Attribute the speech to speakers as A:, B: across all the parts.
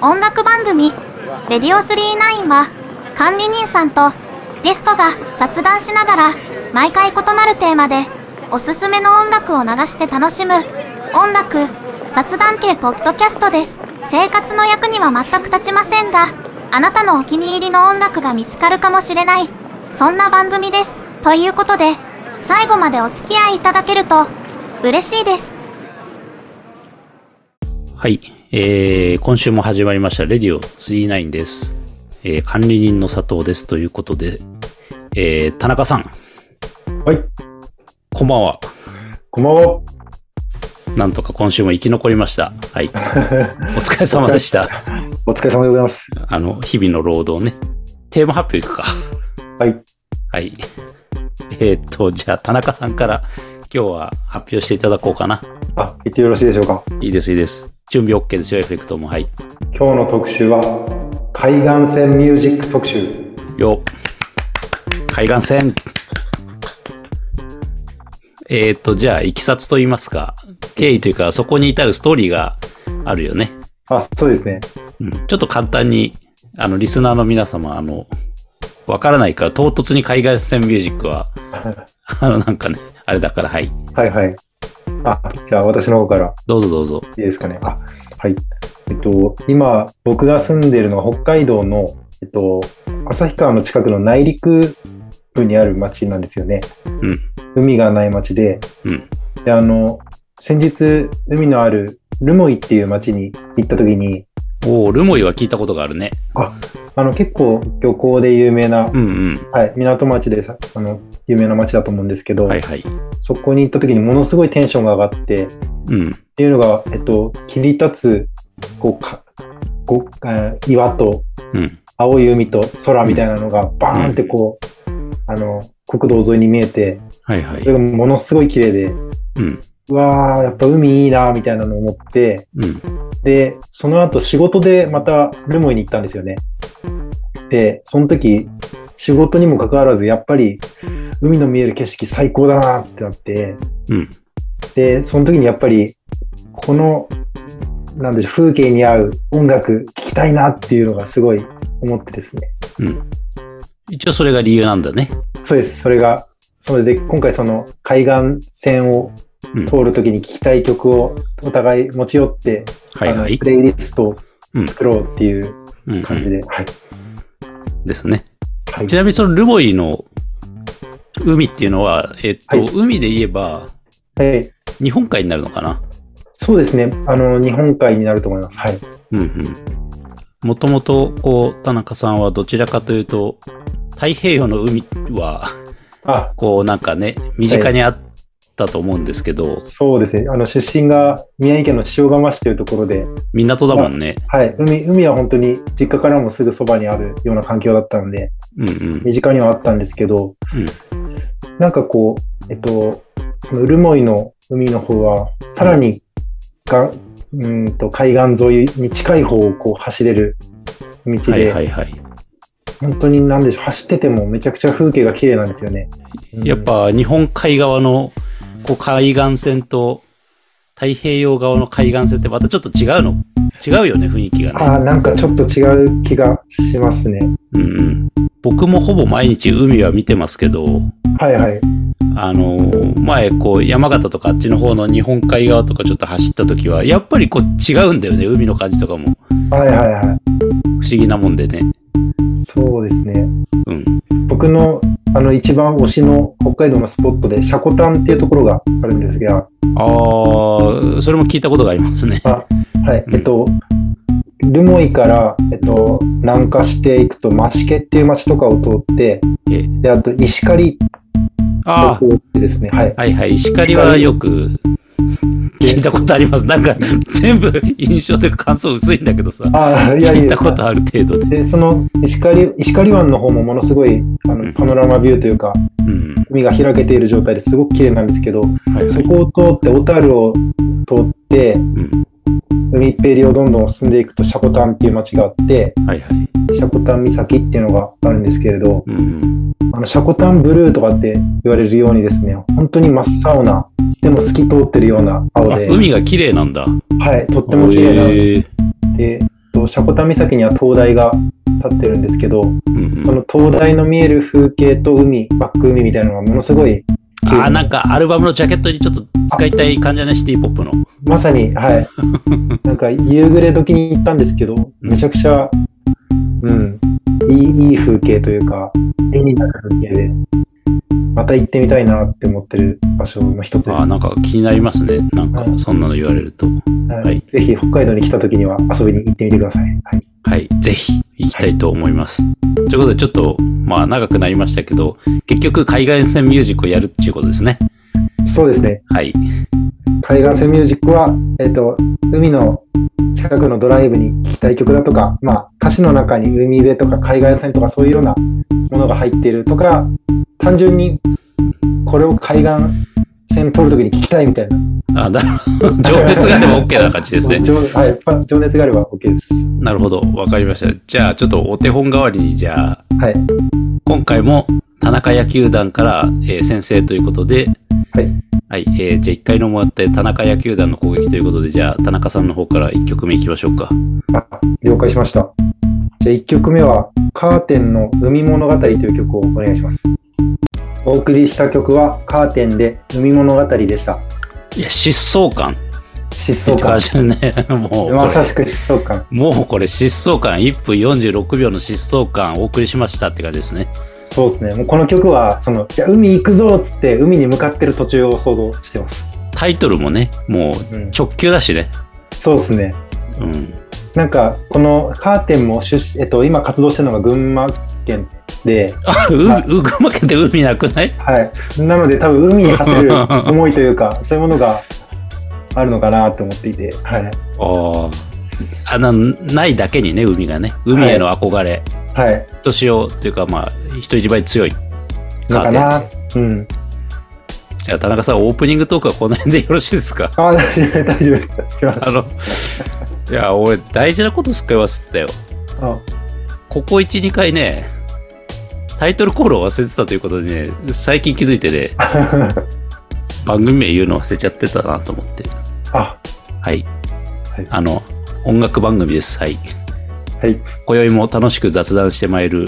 A: 音楽番組「レディオ39は管理人さんとゲストが雑談しながら毎回異なるテーマでおすすめの音楽を流して楽しむ音楽雑談系ポッドキャストです生活の役には全く立ちませんがあなたのお気に入りの音楽が見つかるかもしれないそんな番組ですということで最後までお付き合いいただけると嬉しいです
B: はい、えー今週も始まりました、レディオ39です。えー管理人の佐藤ですということで、えー田中さん、
C: はい、
B: こんばんは。
C: こんばんは。
B: なんとか今週も生き残りました。はい。お疲れ様でした。
C: お疲れ様でございます。
B: あの、日々の労働ね。テーマ発表いくか。
C: はい。
B: はい。えーっと、じゃあ田中さんから今日は発表していただこうかな。
C: あ、言ってよろしいでしょうか。
B: いいです、いいです。準備 OK ですよ、エフェクトも。はい。
C: 今日の特集は、海岸線ミュージック特集。
B: よ海岸線えっ、と、じゃあ、いきさつと言いますか、経緯というか、そこに至るストーリーがあるよね。
C: あ、そうですね。
B: うん、ちょっと簡単に、あの、リスナーの皆様、あの、わからないから、唐突に海岸線ミュージックは、 あの、なんかね、あれだから、はい。
C: はいはい。あ、じゃあ私の方から
B: どうぞどうぞ。
C: いいですかね。あ、はい。えっと、今、僕が住んでいるのは北海道の、えっと、旭川の近くの内陸部にある町なんですよね。
B: うん、
C: 海がない町で、
B: うん、
C: で、あの、先日、海のある留萌っていう町に行った時に、
B: おールモイは聞いたことがあるね。
C: あの、結構漁港で有名な
B: うんうん。
C: はい、港町でさあの有名な町だと思うんですけど、
B: はいはい。
C: そこに行った時にものすごいテンションが上がってっ
B: うん、
C: ていうのが、えっと、切り立つこうかこうえー岩と
B: うん、
C: 青い海と空みたいなのがバーンってこう、あの国道沿いに見えて
B: はいは
C: それ
B: い。
C: がものすごい綺麗で
B: うん、
C: うわーやっぱ海いいなみたいなのを思って
B: うん、
C: でその後仕事でまた留萌に行ったんですよね。でその時仕事にもかかわらずやっぱり海の見える景色最高だなってなって。
B: うん、
C: で、その時にやっぱり、この、なんでしょう、風景に合う音楽聴きたいなっていうのがすごい思ってですね。
B: うん。一応それが理由なんだね。
C: そうです。それが、それで、今回その海岸線を
B: うん
C: 通る時に聴きたい曲をお互い持ち寄って、
B: はいは
C: あの
B: い
C: プ。レイリストを作ろうっていう
B: うんうん
C: 感じで、はい。
B: ですね。
C: はい
B: ち。なみにそのルボイの海っていうのは、えっと、
C: はい
B: 海で言えば
C: はい
B: 日本海になるのかな
C: そうですね。あの、日本海になると思います。はい。
B: うんうん。もともと、こう、田中さんはどちらかというと、太平洋の海は、
C: あ、
B: こうなんかね、身近にあったと思うんですけど、
C: そうですね。あの、出身が宮城県の塩釜市というところで、
B: 港だもんね。
C: はい、海海は本当に実家からもすぐそばにあるような環境だったんで
B: うんうん。
C: 身近にはあったんですけど、なんかこうえっとその留萌の海の方はさらにが、うーんと海岸沿いに近い方をこう走れる道で、
B: はいはいはい。
C: 本当に何でしょう走っててもめちゃくちゃ風景が綺麗なんですよね。
B: やっぱ日本海側のこう海岸線と太平洋側の海岸線ってまたちょっと違うの違うよね、雰囲気がね。
C: あーなんかちょっと違う気がしますね。
B: うんうん、僕もほぼ毎日海は見てますけど、
C: はいはい。
B: あのー前こう山形とかあっちの方の日本海側とかちょっと走った時はやっぱりこう違うんだよね海の感じとかも
C: はいはいは
B: 不思議なもんでね、
C: い。そうですね。
B: うん、
C: 僕のあの一番推しの北海道のスポットでシャコタンっていうところがあるんですが、
B: あーそれも聞いたことがありますね
C: はい
B: うん
C: えっと、留萌から、えっと、南下していくと益毛っていう町とかを通って
B: え
C: であと石狩
B: あ
C: を
B: あ
C: 通ってですねはい
B: はいはい石狩はよく聞いたことありますなんか全部印象というか感想薄いんだけどさ
C: あーいやいや
B: 聞いたことある程度で、
C: でその石狩石狩湾の方もものすごいあ
B: う
C: の
B: ん
C: パノラマビューというか
B: うん
C: 海が開けている状態ですごく綺麗なんですけど
B: はいは
C: そ
B: い
C: こを通って小樽を通って
B: うん、
C: 海っぺりをどんどん進んでいくとシャコタンっていう町があって
B: はいはい、
C: シャコタン岬っていうのがあるんですけれど、
B: うんうん、
C: あのシャコタンブルーとかって言われるようにですね、本当に真っ青な、でも透き通ってるような青
B: あ
C: で、
B: 海が綺麗なんだ
C: はい、とっても綺麗な
B: へー
C: で、と、シャコタ岬には灯台が立ってるんですけど、
B: うんう
C: そ
B: ん。
C: の灯台の見える風景と海、バック海みたいなのがものすごい綺麗
B: あー、なんかアルバムのジャケットにちょっと使いたい感じだね、シティポップの。
C: まさに、はい。 なんか夕暮れ時に行ったんですけど、めちゃくちゃ、うん、いいいい風景というか、絵になる風景で、また行ってみたいなって思ってる場所の一つです。
B: あー、なんか気になりますね。なんか
C: はい
B: そんなの言われると。
C: はい
B: はい
C: ぜひ北海道に来た時には遊びに行ってみてください。はい、
B: はい、ぜひ行きたいと思います。ということで、ちょっと、まあ、長くなりましたけど、結局、海外線ミュージックをやるっていうことですね。
C: そうですね。
B: はい。
C: 海岸線ミュージックは、えっ、と、海の近くのドライブに聴きたい曲だとか、まあ、歌詞の中に海辺とか海岸線とかそういうようなものが入っているとか、単純にこれを海岸線通るときに聴きたいみたいな。
B: あ、なるほど。情熱がでも OK な感じですね。
C: 情 はいパ情熱があれば OK です。
B: なるほど。わかりました。じゃあ、ちょっとお手本代わりに、じゃあ、
C: はい。
B: 今回も田中野球団から、えー先生ということで、
C: はい。
B: はい、えーじゃあ1回のもあって田中野球団の攻撃ということで、じゃあ田中さんの方から1曲目いきましょうか。
C: あ了解しました。じゃあ1曲目は、カーテンの海物語という曲をお願いします。お送りした曲は、カーテンで海物語でした。
B: いや、疾走感っ
C: 疾
B: て
C: 走感
B: 感。じね。 もうこ
C: まさ
B: れ、
C: しく疾走感。
B: もうこれ疾走感、1分46秒の疾走感をお送りしましたって感じですね。
C: そうですね。もうこの曲は、その、じゃあ海行くぞっつって、海に向かってる途中を想像してます。
B: タイトルもね、もう
C: うん、
B: 直球だしね。
C: そうですね。
B: うん。
C: なんか、このカーテンも出身、えっと、今活動してるのが群馬県で、
B: あ、う、うぐまけて海なくない
C: はい。なので、多分海に馳せ る思いというか、そういうものがあるのかなと思っていて、はい。
B: ああ。あの、ないだけにね、海がね。海への憧れ。
C: はい。
B: 人仕様というか、まあ、人一倍強い
C: の
B: カ
C: か
B: ー
C: な。うん。
B: テン。じゃあ、田中さん、オープニングトークはこの辺でよろしいです か
C: あ、大丈夫大丈夫です。すいません。
B: あの、いや、俺、大事なことすっかり忘れてたよ。
C: あ
B: ここ1、2回ね、タイトルコールを忘れてたということでね、最近気づいてね、番組名言うの忘れちゃってたなと思って。
C: あ、
B: はい。
C: はい
B: あの、音楽番組です。はい。
C: はい。
B: 今宵も楽しく雑談してまいる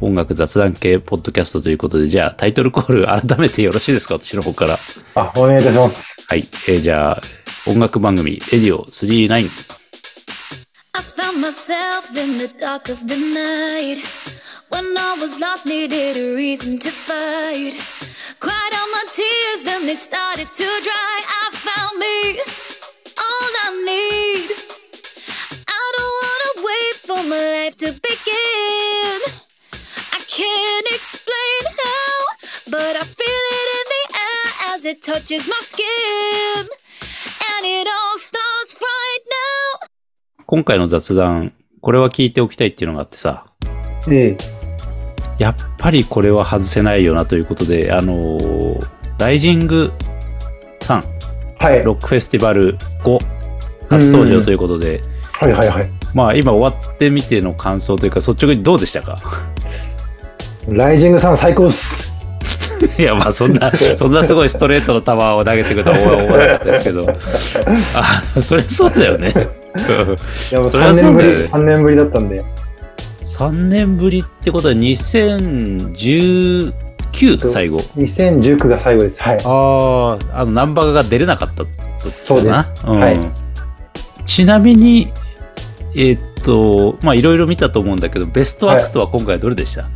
B: 音楽雑談系ポッドキャストということで、じゃあタイトルコール改めてよろしいですか私の方から。
C: あ、お願いいたします。
B: はい。えーじゃあ、音楽番組、レディオ39。
D: I found myself in the dark of the night. When I was lost, needed a reason to fight. Cried out my tears, then they started to dry. I found me, all I need. I don't wanna wait for my life to begin. I can't explain how, but I feel it in the air as it touches my skin. And it all starts right now.
B: 今回の雑談、これは聞いておきたいっていうのがあってさ、
C: ええ。
B: やっぱりこれは外せないよなということで、あのーライジングさん、
C: はい。
B: ロックフェスティバル5、初登場ということで、
C: はいはいはい。
B: まあ今終わってみての感想というか、率直にどうでしたか
C: ライジングさん最高っす。
B: いや、まあそんな、そんなすごいストレートの球を投げてくるとは思わなかったですけど、あ、それそうだよね。
C: いやもう
B: そりゃ
C: 3年
B: そう
C: ぶり、
B: だよね
C: 3年ぶりだったんで。
B: 3年ぶりってことは2019最後。
C: 2019が最後です。はい。
B: ああ、あの、ナンバーが出れなかった時かな。
C: そうです
B: ん
C: はい
B: ちなみに、えーっと、まあ、いろいろ見たと思うんだけど、ベストアクトは今回どれでした、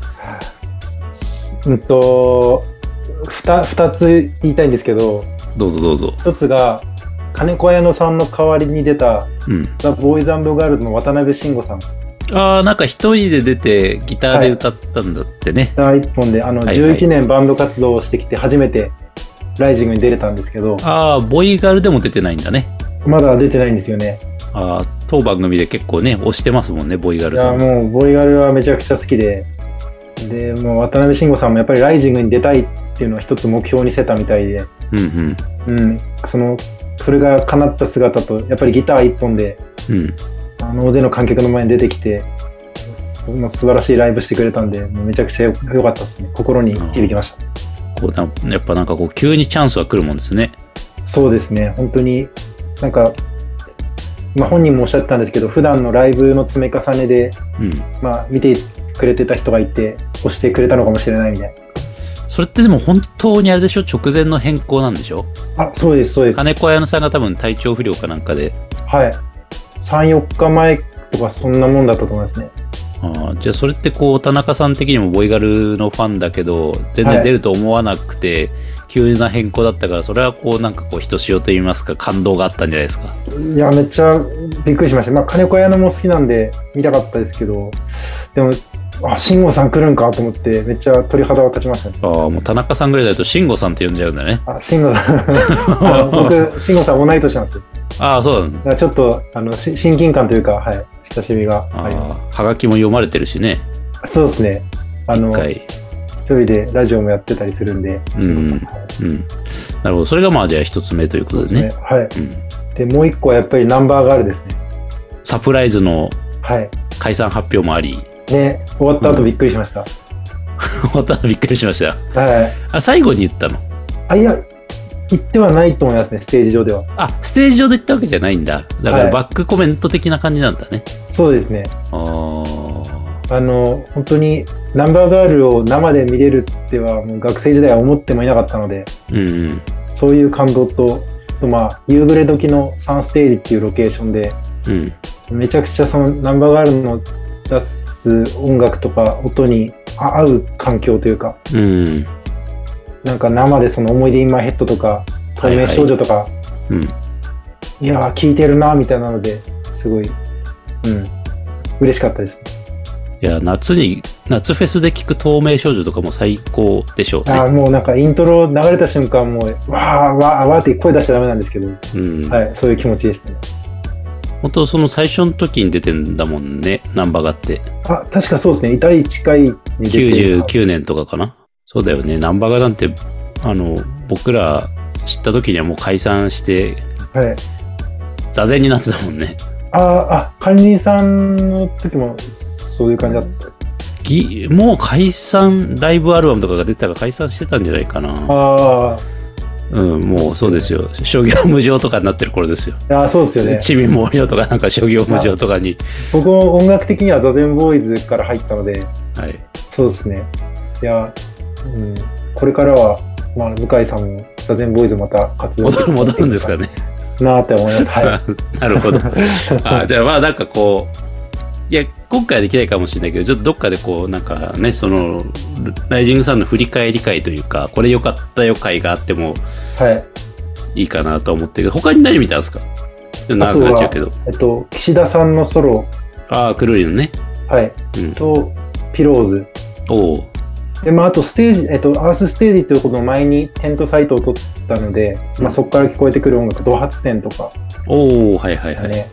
C: うんと、二二つ言いたいんですけど、
B: どうぞどうぞ。
C: 一つが、金子綾乃さんの代わりに出た、
B: うん。
C: ザ・ボーイズ・アンド・ガールズの渡辺慎吾さん。
B: ああ、なんか一人で出て、ギターで歌ったんだってね。
C: 第一本で、あの、
B: はいはい
C: 11年バンド活動をしてきて、初めて、ライジングに出れたんですけど、
B: ああ、ボーイガールでも出てないんだね。
C: まだ出てないんですよね。
B: ああ、当番組で結構ね、推してますもんね、ボーイガー
C: い
B: ルさ
C: や、
B: ん。
C: もう、ボーイガルはめちゃくちゃ好きで、で、もう、渡辺慎吾さんもやっぱりライジングに出たいっていうのを一つ目標にしてたみたいで、
B: うんうん。
C: うん、その、それが叶った姿と、やっぱりギター一本で、
B: うん。
C: あの大勢の観客の前に出てきて、その素晴らしいライブしてくれたんで、もうめちゃくちゃよ良かったですね。心に響きました。
B: こうな、やっぱなんかこう、急にチャンスは来るもんですね。
C: そうですね、本当に、なんか、まあ、本人もおっしゃってたんですけど普段のライブの積み重ねで、
B: うん。
C: まあ、見てくれてた人がいて押してくれたのかもしれないみたい
B: それってでも本当にあれでしょ直前の変更なんでしょ
C: なあそうですそうですは
B: 金
C: い
B: 子綾乃さんが多分体調不良かなんかで、
C: 34日前とかそんなもんだったと思いますね
B: ああじゃあそれってこう田中さん的にもボイガルのファンだけど全
C: は
B: 然
C: い
B: 出ると思わなくて、急な変更だったからそれはこうなんかこうひとしおと言いますか感動があったんじゃないですか
C: いやめっちゃびっくりしました、まあ、金子綾乃も好きなんで見たかったですけどでもあ慎吾さん来るんかと思ってめっちゃ鳥肌が立ちましたね
B: ああもう田中さんぐらいだと慎吾さんって呼んじゃうんだね
C: あ慎吾さん あの僕慎吾さん同い年なんですよ
B: ああそうなの
C: だからちょっとあのし親近感というか、はい、親しみが
B: あ
C: ありま
B: あはがきも読まれてるしね
C: すそうですねあの
B: 一
C: 一
B: 回
C: 人でラジオもやってたりするんで、
B: うん
C: はい
B: うんなるほどそれがまあじゃあ一つ目ということでね
C: はい
B: うん、
C: でもう一個はやっぱりナンバーガールですね
B: サプライズの
C: はい
B: 解散発表もあり
C: ね終わった後びっくりしました、
B: またびっくりしました
C: はい
B: あ最後に言ったの
C: あいや言ってはないと思いますねステージ上では
B: あステージ上で言ったわけじゃないんだだか
C: は
B: ら
C: い
B: バックコメント的な感じなんだね、
C: そうですね
B: あ
C: あの本当にナンバーガールを生で見れるってはもう学生時代は思ってもいなかったので
B: あうんうん
C: そういう感動とあとまあ夕暮れ時の3ステージっていうロケーションで
B: うん
C: めちゃくちゃそのナンバーガールの出す音楽とか音にあ合う環境というか
B: うん
C: なんか生でその「思い出インマイヘッド」とか「透明少女」とか、い
B: うん
C: やー聴いてるなみたいなのですごい、うん、嬉しかったです
B: いや夏に夏フェスで聴く透明少女とかも最高でしょう
C: あ
B: ね
C: ーもうなんかイントロ流れた瞬間もうわーわーわーって声出しちゃダメなんですけど、
B: うん、
C: はい、そういう気持ちでしたね
B: 本当その最初の時に出てんだもんねナンバーがあって
C: あ確かそうですね第1回に出て
B: 99年とかかなそうだよねナンバーがなんてあの僕ら知った時にはもう解散して
C: はい、
B: 座禅になってたもんね
C: あーあ管理人さんの時もそういう感じだったです
B: ぎもう解散ライブアルバムとかが出てたから解散してたんじゃないかな
C: あー
B: うん、もうそうですよ。商業無常とかになってる頃ですよ。
C: あーそうですよね
B: ちびもうりょとかなんか商業無常とかに。
C: 僕も音楽的には座禅ボーイズから入ったので
B: はい。
C: そうですねいや、うん、これからは、まあ、向井さんも座禅ボーイズまた活動
B: 戻る、戻るんですかね。
C: なーって思いますは
B: なるほ ど。あじゃあまあなんかこう、いや、今回はできないかもしれないけど、ちょっとどっかでこう、なんかね、その、ライジングさんの振り返り会というか、これ良かったよ会があっても
C: い、はい、
B: いいかなと思ってるけど、他に何見たんですかちょっと長くなっちゃうけど。
C: えっと岸田さんのソロ
B: ああ、くるりのね。
C: はい、
B: うん
C: とピローズ
B: おお。
C: で、まあ、あとステージ、えっと、アースステージということの前にテントサイトを撮ったので、まあ、そこから聞こえてくる音楽、ド発展とか
B: おおはいはいは
C: ね、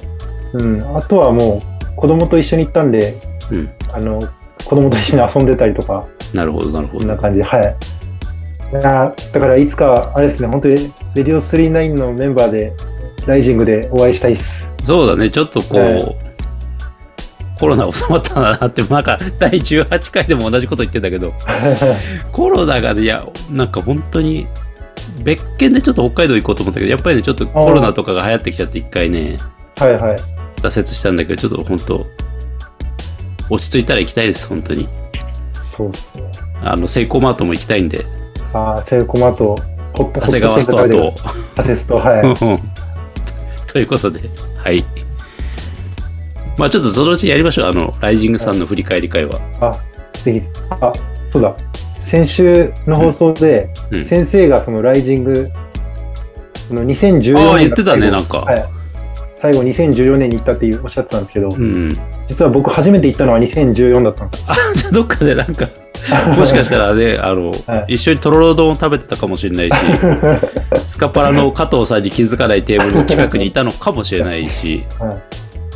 B: い。
C: うん、あとはもう子供と一緒に行ったんで、
B: うん。
C: あの子供と一緒に遊んでたりとか、
B: なるほど、なるほ
C: こん
B: ど。
C: な感じで、はい。なあだからいつか、あれですね、本当に、レディオ39のメンバーで、ライジングでお会いしたいです。
B: そうだね、ちょっとこう、
C: え
B: コロナ収まったんだなって、なんか第18回でも同じこと言ってんだけど、コロナがね、いや、なんか本当に、別件でちょっと北海道行こうと思ったけど、やっぱりね、ちょっとコロナとかが流行ってきちゃって一回ね、
C: はいはい。
B: 挫折したんだけど、ちょっと本当、落ち着いたら行きたいです、本当に。
C: そうっすね。
B: あの、セイコーマートも行きたいんで、
C: ああ、セイコマと、ホット
B: 長谷川ストアと。
C: アセスト、はい。
B: うん ということで、はい。まあちょっとそのうちやりましょう、あの、ライジングさんの振り返り会は。
C: あ、ぜひ、あ、そうだ。先週の放送で、
B: うんうん
C: 先生がそのライジングの2014年
B: あ
C: が
B: あ言ってたねなんか
C: はい、最後2014年に行ったっていうおっしゃってたんですけど、
B: うん。
C: 実は僕初めて行ったのは2014だったんですよ。
B: あ、じゃあどっかでなん か、もしかしたらね、あの、
C: は
B: 一緒にとろろ丼を食べてたかもしれないし、スカパラの加藤さんに気づかないテーブルの近くにいたのかもしれないし、
C: は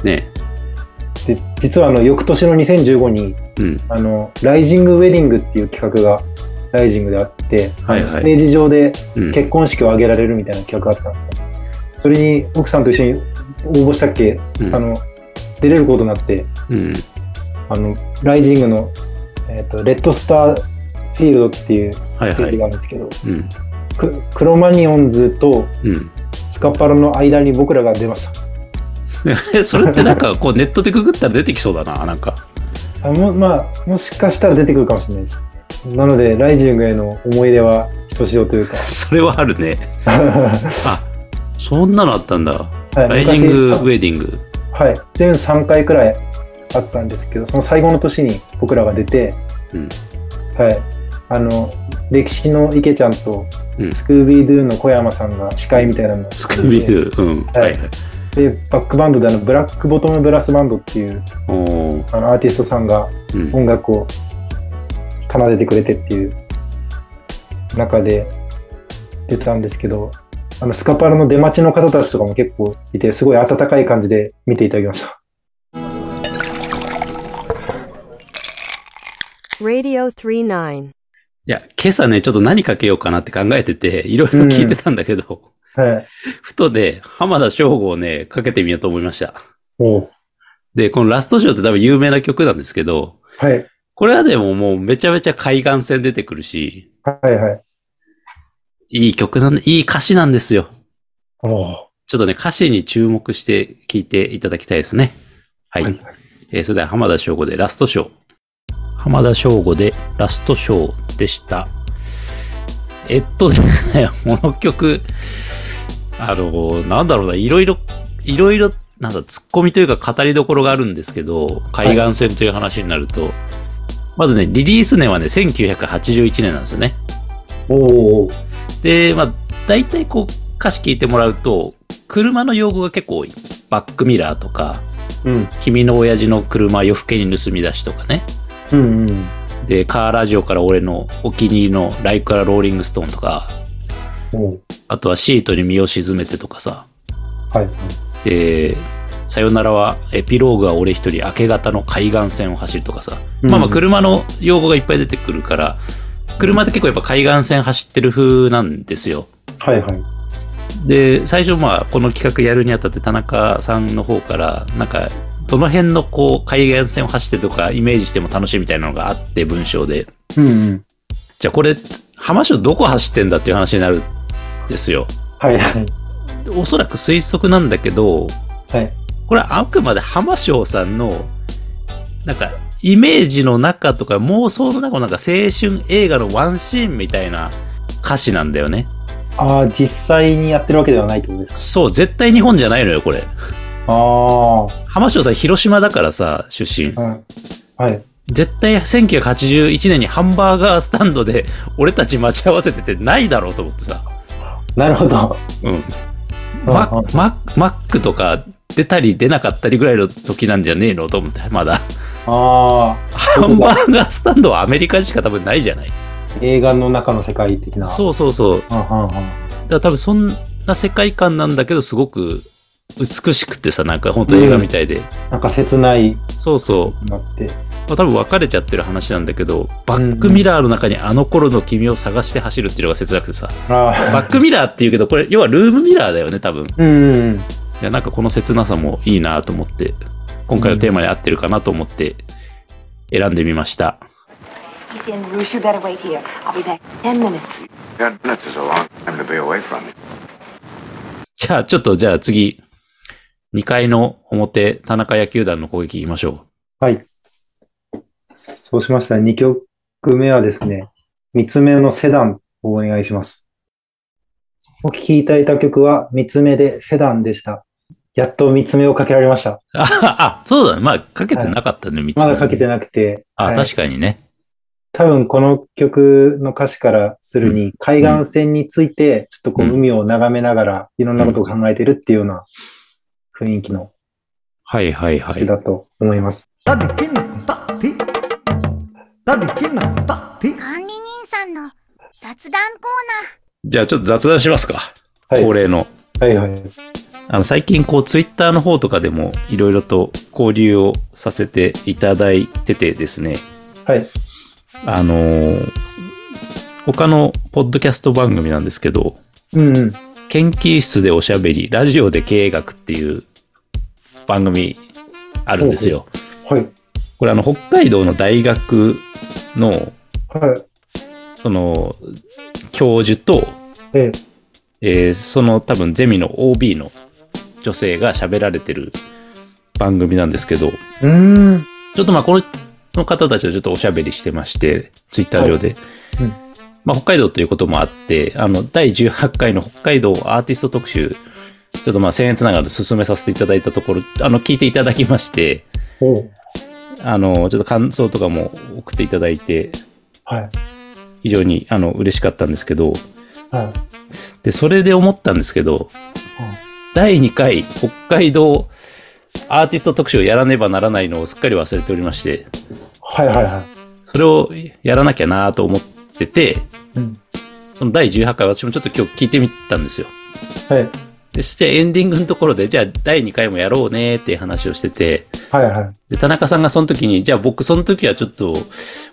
B: ね、
C: い、で実はあの翌年の2015に
B: うん、
C: あのライジングウェディングっていう企画がライジングであって、
B: はいはい
C: ステージ上で
B: うん。
C: 結婚式を挙げられるみたいな企画があったんですよ。それに奥さんと一緒に応募したっけ、
B: うん
C: あの出れることになって、
B: うん。
C: あの、ライジングの、えっ、と、レッドスターフィールドっていうス
B: はい
C: テ
B: は
C: ー
B: い
C: ジ。があるんですけど、
B: うん。
C: ククロマニオンズと
B: うん。
C: スカパラの間に僕らが出ました。
B: それってなん かこうネットでググったら出てきそうだな、なんか。
C: あもまあ、もしかしたら出てくるかもしれないです。なので、ライジングへの思い出はひとしおというか、
B: それはあるね。
C: は
B: あ、そんなのあったんだ。
C: い、
B: ライジングウ
C: 昔
B: ェディング。
C: はい、全3回くらいあったんですけど、その最後の年に僕らが出て、
B: うん。
C: はい、あの、歴史の池ちゃんと、
B: うん
C: スクービードゥの小山さんが司会みたいなのを
B: スクービードゥ。うん。
C: はい
B: はいはい。
C: で、バックバンドであの、ブラックボトムブラスバンドっていう
B: おー。
C: あのアーティストさんが
B: うん。
C: 音楽を奏でてくれてっていう中で出たんですけど、あのスカパラの出待ちの方たちとかも結構いて、すごい温かい感じで見ていただきました。
E: Radio 39.
B: いや、今朝ね、ちょっと何かけようかなって考えてて、 いろいろ聞いてたんだけど、
C: はい。
B: ふとね、浜田省吾をね、かけてみようと思いました。
C: おう
B: で、このラストショーって多分有名な曲なんですけど、
C: はい。
B: これはでももうめちゃめちゃ海岸線出てくるし、
C: はいはい。
B: いい曲なんで、いい歌詞なんですよ。
C: おう
B: ちょっとね、歌詞に注目して聞いていただきたいですね。はい。
C: はい
B: えーそれでは浜田省吾でラストショー。浜田省吾でラストショーでした。えっとですね、 この曲、あの、なんだろうな、いろいろ、いろいろ、なんだ、ツッコミというか語りどころがあるんですけど、海岸線という話になると、まずね、リリース年はね、1981年なんですよね。
C: おう
B: で、まあ、大体こう、歌詞聞いてもらうと、車の用語が結構多い。バックミラーとか、
C: うん。
B: 君の親父の車夜更けに盗み出しとかね。
C: うんうん。
B: で、カーラジオから俺のお気に入りのライクラローリングストーンとか、
C: おう
B: あとはシートに身を沈めてとかさ。
C: はい。
B: で、さよならはエピローグは俺一人明け方の海岸線を走るとかさ。まあまあ車の用語がいっぱい出てくるから、車って結構やっぱ海岸線走ってる風なんですよ。
C: はいはい。
B: で最初まあこの企画やるにあたって田中さんの方からなんかどの辺のこう海岸線を走ってとかイメージしても楽しいみたいなのがあって文章で
C: うんうん。
B: じゃあこれ浜省どこ走ってんだっていう話になるんですよ
C: はいはい。
B: でおそらく推測なんだけど
C: はい。
B: これはあくまで浜省さんのなんかイメージの中とか妄想の中のなんか青春映画のワンシーンみたいな歌詞なんだよね
C: ああ、実際にやってるわけではないってことですか
B: そう絶対日本じゃないのよこれ
C: あ
B: 浜省さん広島だからさ出身
C: あ。うん。はい。
B: 絶対1981年にハンバーガースタンドで俺たち待ち合わせててないだろうと思ってさ、
C: なるほど。
B: うん、マ
C: うんうん
B: ママックとか出たり出なかったりぐらいの時なんじゃねえのと思ってまだ
C: ああ。
B: ハンバーガースタンドはアメリカしか多分ないじゃない
C: 映画の中の世界的な。う。
B: そうそうそうだか
C: うんうんうん。
B: ら多分そんな世界観なんだけどすごく美しくてさなんか本当映画みたいで、
C: なんか切ない
B: そうそう
C: なって。
B: まあ、多分別れちゃってる話なんだけどバックミラーの中にあの頃の君を探して走るっていうのが切なくてさ
C: あ
B: バックミラーっていうけど、これ、要はルームミラーだよね、多分。い
C: あ。うん。
B: や、なんかこの切なさもいいなと思って、今回のテーマに合ってるかなと思って、選んでみました。
F: He's in Bruce. You better wait here. I'll be back in ten minutes.
G: Ten minutes is a long time to be away from me.
B: じゃあ、ちょっと、じゃあ次、2回の表、田中野球団の攻撃行きましょ
C: はい。そうしましたら2曲目はですね、三つ目のセダンをお願いします。お聴きいただいた曲は三つ目でセダンでした。やっと三つ目をかけられました。
B: う。あ、あそうだね。まあ、かけてなかったね、三つ目
C: まだかけてなくて。
B: あ、
C: はい
B: 確かにね。
C: 多分この曲の歌詞からするに、海岸線について、ちょっとこう
B: うん
C: 海を眺めながら、いろんなことを考えてるっていうような雰囲気の
B: はいはいは
C: 歌詞
B: い。
C: だと思います。
A: 管理人さんの雑談コ
B: じゃあ、ちょっと雑談しますか。
C: はい
B: 恒例の。
C: はいはい。
B: あの最近こうツイッターの方とかでもいろいろと交流をさせていただいててですね、
C: はい。
B: あのー他のポッドキャスト番組なんですけど、
C: うんうん。
B: 研究室でおしゃべり、ラジオで経営学っていう番組あるんですよ。
C: はい。
B: これあの、北海道の大学の、
C: はい。
B: その、教授と、
C: ええ
B: えーその多分ゼミの OB の女性が喋られてる番組なんですけど、
C: うーん。
B: ちょっとまあこのの方たちとちょっとおしゃべりしてまして、ツイッター上で。
C: はいうん
B: まあ北海道ということもあって、あの、第18回の北海道アーティスト特集、ちょっとまあ僭越ながら進めさせていただいたところ、あの、聞いていただきまして、
C: おう
B: あの、ちょっと感想とかも送っていただいて、
C: はい。
B: 非常にあの嬉しかったんですけど、
C: は
B: で、それで思ったんですけど、
C: うん
B: 第2回北海道アーティスト特集をやらねばならないのをすっかり忘れておりまして、
C: い。はいはいは
B: それをやらなきゃなと思ってて、
C: い。うん。
B: その第18回私もちょっと今日聞いてみたんですよ。
C: はい。
B: で、そしてエンディングのところで、じゃあ第2回もやろうねっていう話をしてて、
C: はいはい。
B: で、田中さんがその時に、じゃあ僕その時はちょっと、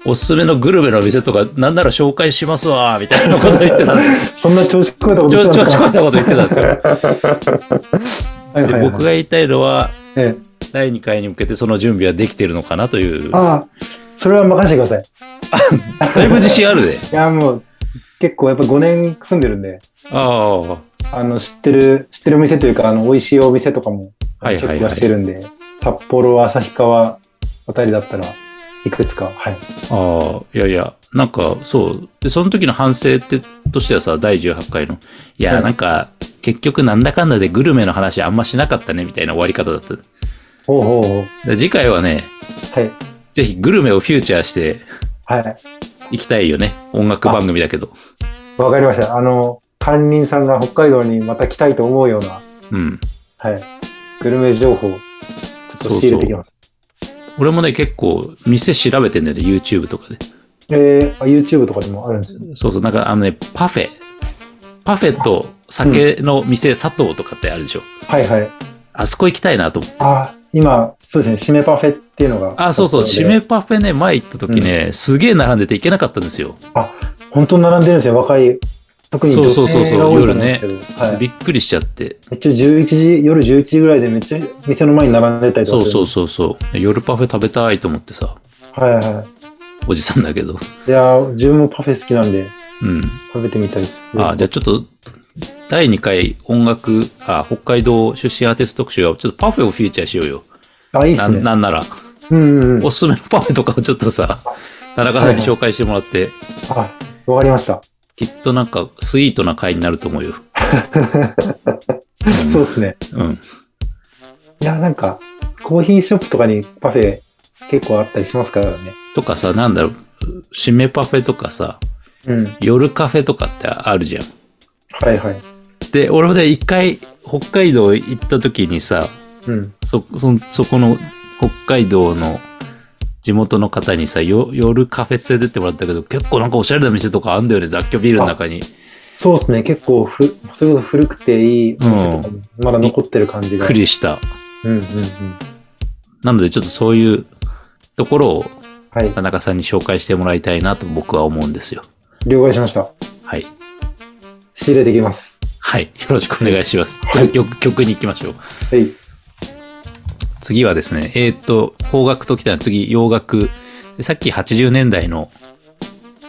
B: おすすめのグルメの店とか、なんなら紹介しますわ、みたいなことを言ってたんです
C: そんな調子こいたこと
B: ち
C: 言
B: ょ、
C: っ
B: ち
C: て
B: ょ、ち
C: ます
B: ょ、こん
C: か
B: なこと言ってたんですよ。
C: はいはい
B: で、
C: はい
B: 僕が言いたいのは、
C: ええ
B: 第2回に向けてその準備はできてるのかなという、だ
C: ああ、それは任せてください。
B: いぶ自信あるね。
C: いや、もう、結構やっぱ5年住んでるんで、
B: ああ、
C: あの、知ってる、知ってる店というか、あの、美味しいお店とかも、チ
B: はいはいはい
C: ェックはしてるんで、札幌、旭川あたりだったらいくつか、はい。
B: ああ、いやいや、なんか、そう。で、その時の反省って、としてはさ、第18回の。いや、
C: はい
B: なんか、結局なんだかんだでグルメの話あんましなかったね、みたいな終わり方だった。
C: ほうほうほう。
B: で次回はね、
C: はい。
B: ぜひグルメをフューチャーして
C: はい。
B: いきたいよね。音楽番組だけど。
C: わかりました。あの、管理人さんが北海道にまた来たいと思うような、
B: うん。
C: はい。グルメ情報、ちょっと仕入れてきます。
B: 俺もね、結構、店調べてんだよね、YouTube とかで。
C: えーあ、YouTube とかでもあるんですよ。
B: そうそう、なんかあのね、パフェ。パフェと酒の店、佐藤とかってあるでしょ。
C: はいはい。
B: あそこ行きたいなと思って
C: あ、今、そうですね、締めパフェっていうのが。
B: あ、そうそう、
C: った
B: 締
C: ので
B: めパフェね、前行った時ね、すげえ並んでて行けなかったんですよ。
C: 本当に並んでるんですよ、若い。特に
B: そう
C: 女
B: そうそう
C: 性が多いと思うんですけど。はい。
B: びっくりしちゃって。
C: めっちゃ11時、夜11時ぐらいでめっちゃ店の前に並んでたりと
B: そう
C: かする。
B: そうそうそう。夜パフェ食べたいと思ってさ、
C: はいは
B: おじさんだけど。
C: い。いやー、自分もパフェ好きなんで
B: うん。
C: 食べてみたいです。
B: あ、じゃあちょっと、第2回音楽、あ、北海道出身アーティスト特集は、ちょっとパフェをフィーチャーしようよ。
C: あ、いいっ
B: な
C: すね。
B: なんなら、
C: うんうんうん
B: お。すすめのパフェとかをちょっとさ、田中さんに紹介してもらって、
C: あ、わかりました。
B: きっとなんかスイートな回になると思うよ。
C: そうですね。
B: うん。
C: いや、なんか、コーヒーショップとかにパフェ結構あったりしますからね。
B: とかさ、なんだろう、締めパフェとかさ、
C: うん。
B: 夜カフェとかってあるじゃん。
C: はいはい。
B: で、俺もね、一回、北海道行った時にさ、
C: うん。
B: そ、そん、そこの、北海道の地元の方にさ、よ夜カフェ連れてってもらったけど、結構なんかおしゃれな店とかあんだよね、雑居ビルの中に。
C: そうですね。結構ふ、それこそ古くていいお店とかもまだ残ってる感じ
B: びっ
C: が。
B: くりした。
C: うんうんうん。
B: なので、ちょっとそういうところを
C: はい
B: 田。中さんに紹介してもらいたいなと僕は思うんですよ。
C: 了解しました。
B: はい。
C: 仕入れてきます。
B: はい。よろしくお願いします。じゃあ曲、曲に行きましょう。
C: はい。
B: 次はですね、えーっと、邦楽ときたら次、洋楽。でさっき80年代の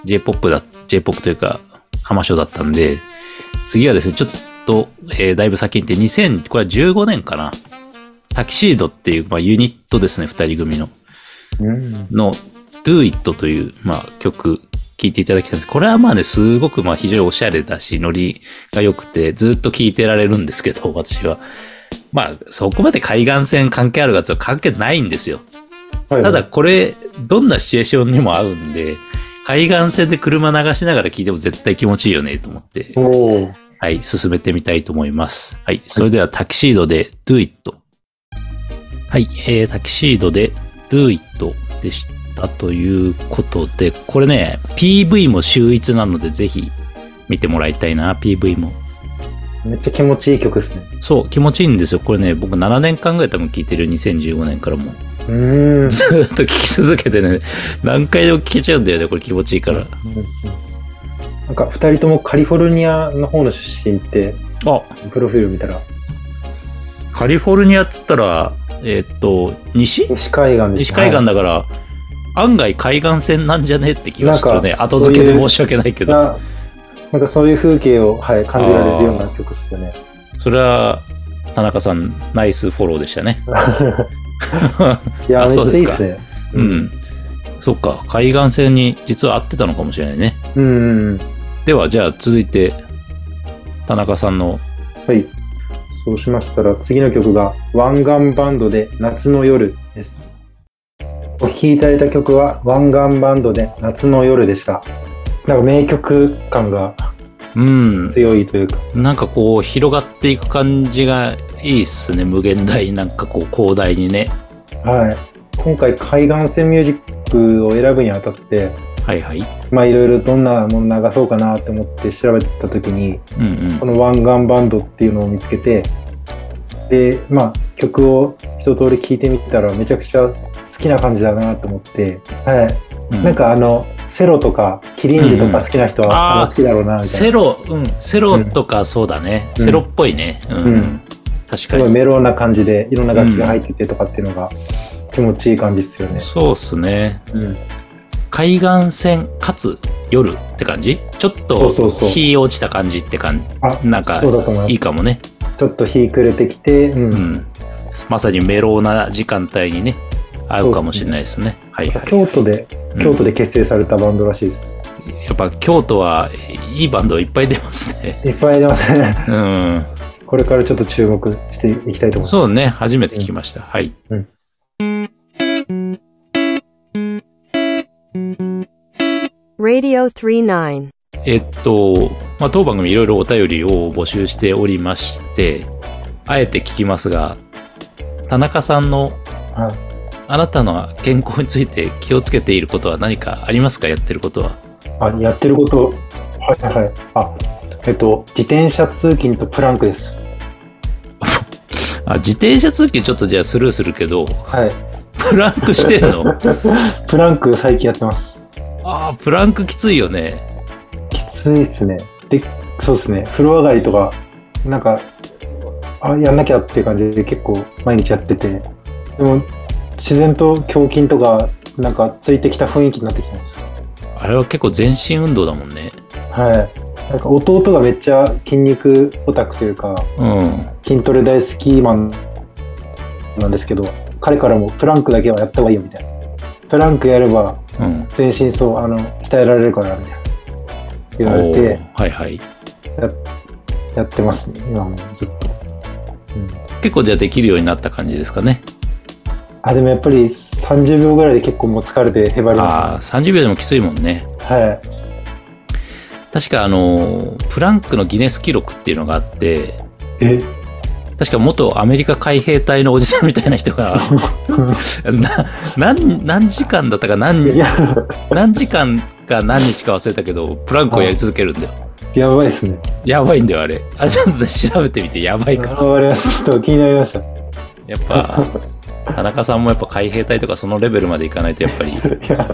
B: J-POP だ、J-POP というか、浜所だったんで、次はですね、ちょっと、えーだいぶ先に行って、2000、これは15年かな。タキシードっていう、まあ、ユニットですね、二人組の。
C: うん。
B: の Do It という、まあ、曲聴いていただきたいんです。これはまあね、すごくまあ非常におしゃれだし、ノリが良くて、ずっと聴いてられるんですけど、私は。まあ、そこまで海岸線関係あるかつは関係ないんですよ。
C: はい、
B: ただ、これ、どんなシチュエーションにも合うんで、海岸線で車流しながら聴いても絶対気持ちいいよね、と思って、
C: おお。
B: はい、進めてみたいと思います。はい、それではタキシードで Do It。はい、えー、タキシードで Do It でしたということで、これね、PV も秀逸なので、ぜひ見てもらいたいな、PV も。
C: めっちゃ気持ちいい曲ですね。
B: そう、気持ちいいんですよ。これね、僕7年間ぐらい多分聴いてる、2015年からも。
C: うーん。
B: ずーっと聴き続けてね、何回でも聴けちゃうんだよね、これ気持ちいいから。
C: なんか、二人ともカリフォルニアの方の出身って、
B: あ、
C: プロフィール見たら、
B: カリフォルニアっつったら、えーっと、西
C: 西海岸です、ね。
B: 西海岸だから、案外海岸線なんじゃねって気がするね
C: なんか
B: 後付けで
C: そうい
B: 申
C: う
B: し訳ないけど
C: ななんかそういう風景を、はい、感じられるような曲っすよね。
B: それは田中さんナイスフォローでしたね
C: い
B: あ
C: や、め
B: そう
C: っ
B: です
C: ちゃいい
B: か
C: っすね。
B: う。ん。そっか、海岸線に実は合ってたのかもしれないね。
C: うん。うん
B: では、じゃあ続いて、田中さんの、
C: はい。そうしましたら、次の曲が、湾岸バンドで夏の夜です。お聴きいただいた曲は、湾岸バンドで夏の夜でした。なんか名曲感が
B: うん、
C: 強いというか、
B: なんかこう、広がっていく感じがいいっすね。無限大、なんかこう、広大にね。
C: はい。今回、海岸線ミュージックを選ぶにあたって、
B: はいはい。
C: まあいろいろどんなもの流そうかなって思って調べてた時に、
B: うんうん
C: こ。の湾岸バンドっていうのを見つけて、で、まあ曲を一通り聴いてみたらめちゃくちゃ好きな感じだなと思って、はい。
B: うん
C: なんかあの、セロとか、キリンジとか好きな人
B: うんうん
C: は、
B: あー
C: あ好きだろうな、みたい
B: セ
C: な。
B: ロ、うん、セロとかそうだね。
C: うん
B: セロっぽいね。うん。う
C: うん
B: ん、確か
C: すごい
B: に。
C: メローな感じで、いろんな楽器が入っててとかっていうのが気持ちいい感じですよね。
B: そうっすね。
C: うん。
B: 海岸線かつ夜って感じちょっと
C: そうそうそう
B: 日落ちた感じって感じ。
C: あ、
B: なんか
C: そうだと思います
B: いいかもね。
C: ちょっと日暮れてきて、うん。
B: うん。まさにメローな時間帯にね、合うかもしれないですね。はいはい。
C: 京都で、
B: うん
C: 京都で結成されたバンドらしいです。
B: やっぱ京都はいいバンドいっぱい出ますね。
C: いっぱい出ますね。
B: うん。
C: これからちょっと注目していきたいと思います。
B: そうね。初めて聞きました。はい。
D: Radio 39.
B: えっと、まあ、当番組いろいろお便りを募集しておりまして、あえて聞きますが、田中さんの
C: はい
B: あなたの健康について気をつけていることは何かありますかやってることは。
C: あ、やってること、はいはいはい。あ、えっと、自転車通勤とプランクです。
B: あ、自転車通勤ちょっとじゃあスルーするけど、
C: はい。
B: プランクしてんの
C: プランク最近やってます。
B: ああ、プランクきついよね。
C: きついっすね。で、そうっすね。風呂上がりとか、なんか、あ、やんなきゃっていう感じで結構毎日やってて。でも、自然と胸筋とか、なんかついてきた雰囲気になってきてます。
B: あれは結構全身運動だもんね。
C: はい。なんか弟がめっちゃ筋肉オタクというか、
B: うん。
C: 筋トレ大好きマンなんですけど彼からもプランクだけはやった方がいいよみたいなプランクやれば
B: うん。
C: 全身そうあの鍛えられるからみたいな言われ
B: お
C: て
B: ーはいはい。
C: やってますね今もずっと、うん、
B: 結構じゃあできるようになった感じですかね。
C: あでもやっぱり30秒ぐらいで結構もう疲れてへばり
B: あ
C: ま
B: あ、30秒でもきついもんね。
C: すはい
B: 確かあのー、プランクのギネス記録っていうのがあって、
C: え
B: 確か元アメリカ海兵隊のおじさんみたいな人 が、な何、何時間だったか
C: い
B: 何、
C: や
B: 何時間か何日か忘れたけど、プランクをやり続けるんだよ。
C: やばいですね
B: やばいんだよ、あれ。あれちょっとね調べてみて、やばいか
C: わ
B: ら。
C: かりましたちょっと気になりましたい
B: やっぱ、田中さんもやっぱ海兵隊とかそのレベルまでいかないと、やっぱり、
C: や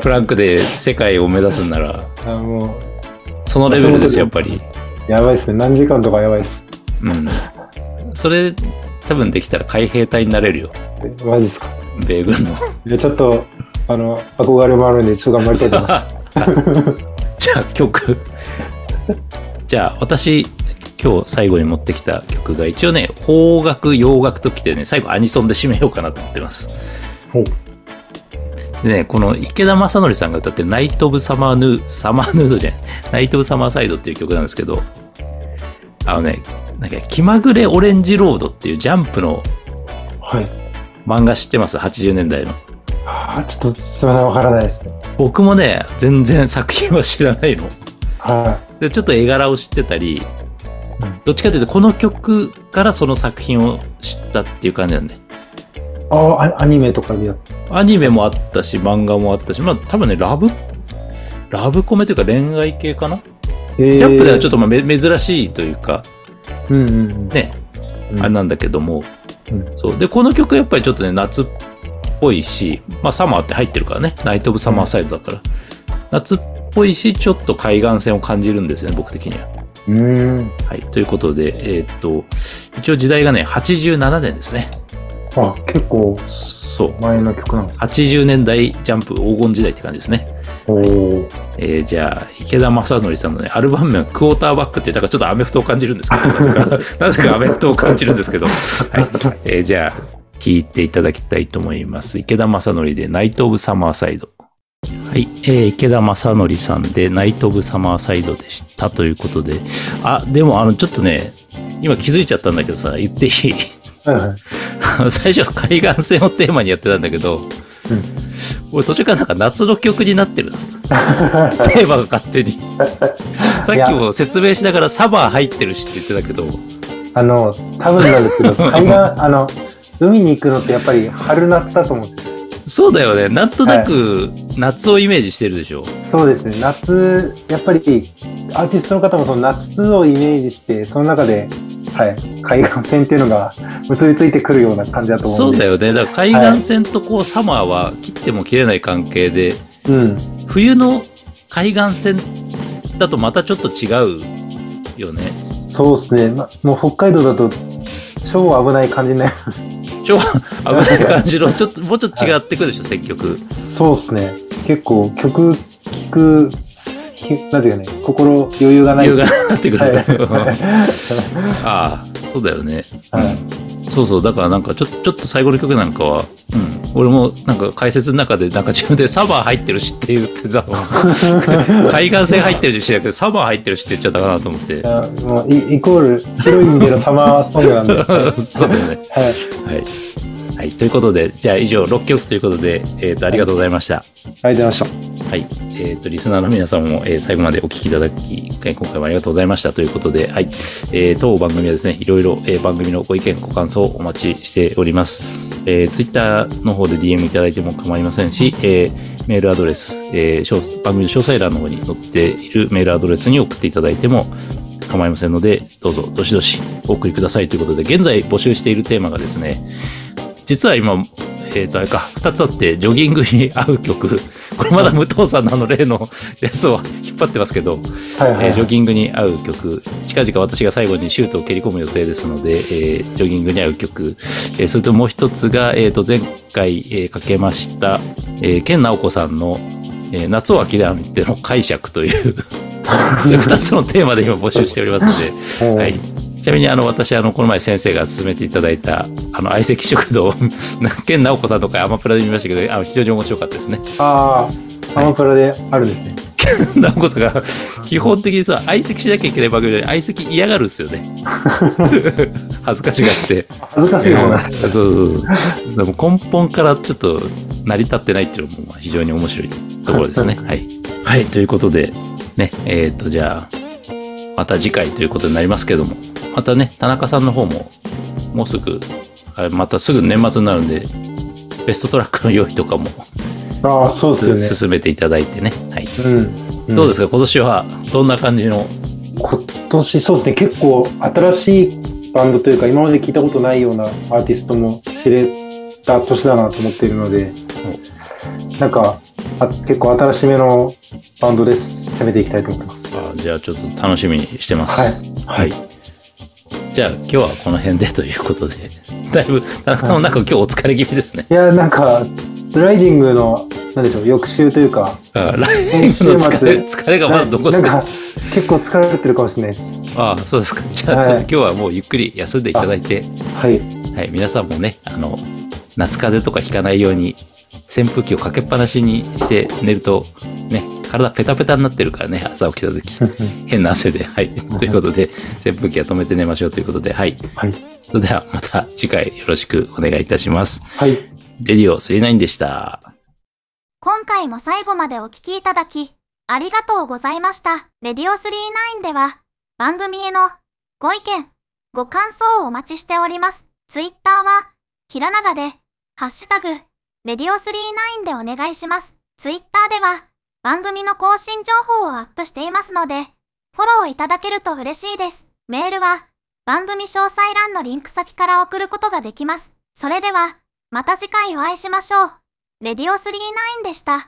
B: プランクで世界を目指すんなら、
C: あも
B: そのレベルですよ、やっぱり。
C: うやばいですね何時間とかやばいです
B: うん。それ、多分できたら海兵隊になれるよ。
C: えマジですか
B: 米軍の。
C: いやちょっとあの憧れもあるんでちょっと頑張りたいと思います
B: じゃあ曲。じゃあ私、今日最後に持ってきた曲が一応ね、邦楽、洋楽ときてね、最後アニソンで締めようかなと思ってます。
C: ほう
B: でね、この池田正則さんが歌ってるナイト・オブ・サマーヌー、サマーヌードじゃない、ナイト・オブ・サマーサイドっていう曲なんですけど、あのね、なんか気まぐれオレンジロードっていうジャンプの
C: はい。
B: 漫画知ってます ?80 年代の。
C: あーちょっとすみません、わからないですね。
B: 僕もね、全然作品は知らないの。
C: は
B: でちょっと絵柄を知ってたり
C: うん、
B: どっちかというとこの曲からその作品を知ったっていう感じなんで。
C: い。あーあ、アニメとかでやっ
B: アニメもあったし、漫画もあったし、まあ多分ね、ラブ、ラブコメというか恋愛系かな、
C: え
B: ジャンプではちょっ
C: と、
B: とまあめ珍しいというか、
C: うんうんうん。
B: ね、
C: うん
B: あれなんだけども、
C: うん
B: そう。で、この曲やっぱりちょっとね、夏っぽいし、まあサマーって入ってるからね、ナイト・オブ・サマーサイドだから。夏っぽいし、ちょっと海岸線を感じるんですよね、僕的には。
C: うーん。
B: はい。ということで、えーっと、一応時代がね、87年ですね。
C: あ、結構
B: そう。
C: 前の曲なんですね。
B: 80年代ジャンプ黄金時代って感じですね。
C: おお。
B: えーじゃあ、池田正則さんのね、アルバム名はクォーターバックって、だからちょっ とアメフトを感じるんですけど、なぜか、なぜかアメフトを感じるんですけど、はい。えーじゃあ、聞いていただきたいと思います。池田正則でナイト・オブ・サマーサイド。はい、えー池田正則さんでナイト・オブ・サマーサイドでしたということで、あ、でもあの、ちょっとね、今気づいちゃったんだけどさ、言っていい
C: はいはい。
B: あの最初海岸線をテーマにやってたんだけど、
C: うん
B: 俺途中からなんか夏の曲になってるなテーマが勝手にさっきも説明しながらサマー入ってるしって言ってたけど
C: あの、多分な んですけど、海岸、あの、海に行くのってやっぱり春夏だと思うんですよ
B: そうだよねなんとなく夏をイメージしてるでしょ、
C: そうですね、夏、やっぱりアーティストの方もその夏をイメージして、その中で、はい、海岸線っていうのが結びついてくるような感じだと思
B: そううんだ
C: で。
B: よねだから海岸線とこう、サマーは切っても切れない関係で
C: うん。
B: 冬の海岸線だとまたちょっと違うよね
C: そうですね、ま、もう北海道だと、超危ない感じになる。
B: 超危ない感じのちょっともうちょっと違ってくるでしょ選曲
C: そうですね、結構曲聴く、ひなんていうかね、心余裕がない。
B: 理由がなってくる、
C: はい
B: ああそうだよね
C: はい
B: そうそうだからなんかちょちょっと最後の曲なんかは、うん、俺もなんか解説の中でなんか自分で「サバー入ってるし」って言ってた の海岸線入ってるしだけどサバー入ってるしって言っちゃったかなと思って
C: いやもうイイコールヒロインでのサマーソングなん で、はい
B: そうだよねはい、はい、ということでじゃあ以上6曲ということで、えー、とありがとうございました
C: ありがとうございました。
B: はい。えっ、と、リスナーの皆さんも、えー最後までお聞きいただき、えー今回もありがとうございましたということで、はい。えー当番組はですね、いろいろ、えー番組のご意見、ご感想をお待ちしております。えー、Twitter の方で DM いただいても構いませんし、えーメールアドレス、えー詳番組の詳細欄の方に載っているメールアドレスに送っていただいても構いませんので、どうぞ、どしどしお送りくださいということで、現在募集しているテーマがですね、実は今、えっ、と、あれか、二つあって、ジョギングに合う曲。これまだ武藤さんのあの例のやつを引っ張ってますけど、
C: はいはい
B: えージョギングに合う曲。近々私が最後にシュートを蹴り込む予定ですので、えージョギングに合う曲。えーそれともう一つが、えっ、と、前回、えーかけました、えー、ケンナオコさんの、えー夏を諦めての解釈と いう、2つのテーマで今募集しておりますので、
C: うん
B: はい。ちなみに、あの、私、あの、この前先生が勧めていただいた、あの、相席食堂、 健直子さんとかアマプラで見ましたけど、あの、非常に面白かったですね。
C: ああ、アマプラであるんですね。
B: 直子さんが、基本的にさ、相席しなきゃいけない番組で相席嫌がるんですよね。 恥ずかしがって。
C: 恥ずかしい方なんです。
B: そうそうそう。でも根本からちょっと成り立ってないっていうのもまあ非常に面白いところ ですね。はい。はい、ということで、ね、えっ、と、じゃあ、また次回ということになりますけども、またね、田中さんの方も、もうすぐ、あまたすぐ年末になるんで、ベストトラックの用意とかも、
C: ああ、そうです
B: 進めていただいてね。はい。
C: よね。うん。
B: どうですすか今年は、どんな感じの、
C: 今年、そうですね、結構新しいバンドというか、今まで聞いたことないようなアーティストも知れた年だなと思っているので、なんか、あ結構新しめのバンドです攻めていきたいと思ってます。
B: あじゃあちょっと楽しみにしてます。
C: は
B: はいい。じゃあ今日はこの辺でということで、 だいぶ、田中さんもなんか今日お疲れ気味ですね。
C: いや、なんか、ライジングの、なんでしょう、翌週というか、
B: あ来年の疲れ、疲れがまだ残って
C: な
B: る。
C: なん
B: あ
C: か結構疲れてるかもしれないです。
B: あ、そうですか。じゃあ、
C: はい
B: 今日はもうゆっくり休んでいただいて、
C: はい。
B: はい、皆さんもね、あの、夏風邪とかひかないように、扇風機をかけっぱなしにして寝ると、ね、体ペタペタになってるからね、朝起きた時。 変な汗で、はい。ということで、扇風機は止めて寝ましょうということで、はい。
C: はい。
B: それではまた次回よろしくお願いいたします。
C: はい。
B: レディオ39でした。
A: 今回も最後までお聞きいただき、ありがとうございました。レディオ39では、番組へのご意見、ご感想をお待ちしております。ツイッターは、ひらながで、ハッシュタグ、レディオ39でお願いします。ツイッターでは、番組の更新情報をアップしていますので、フォローいただけると嬉しいです。メールは、番組詳細欄のリンク先から送ることができます。それでは、また次回お会いしましょう。レディオ39でした。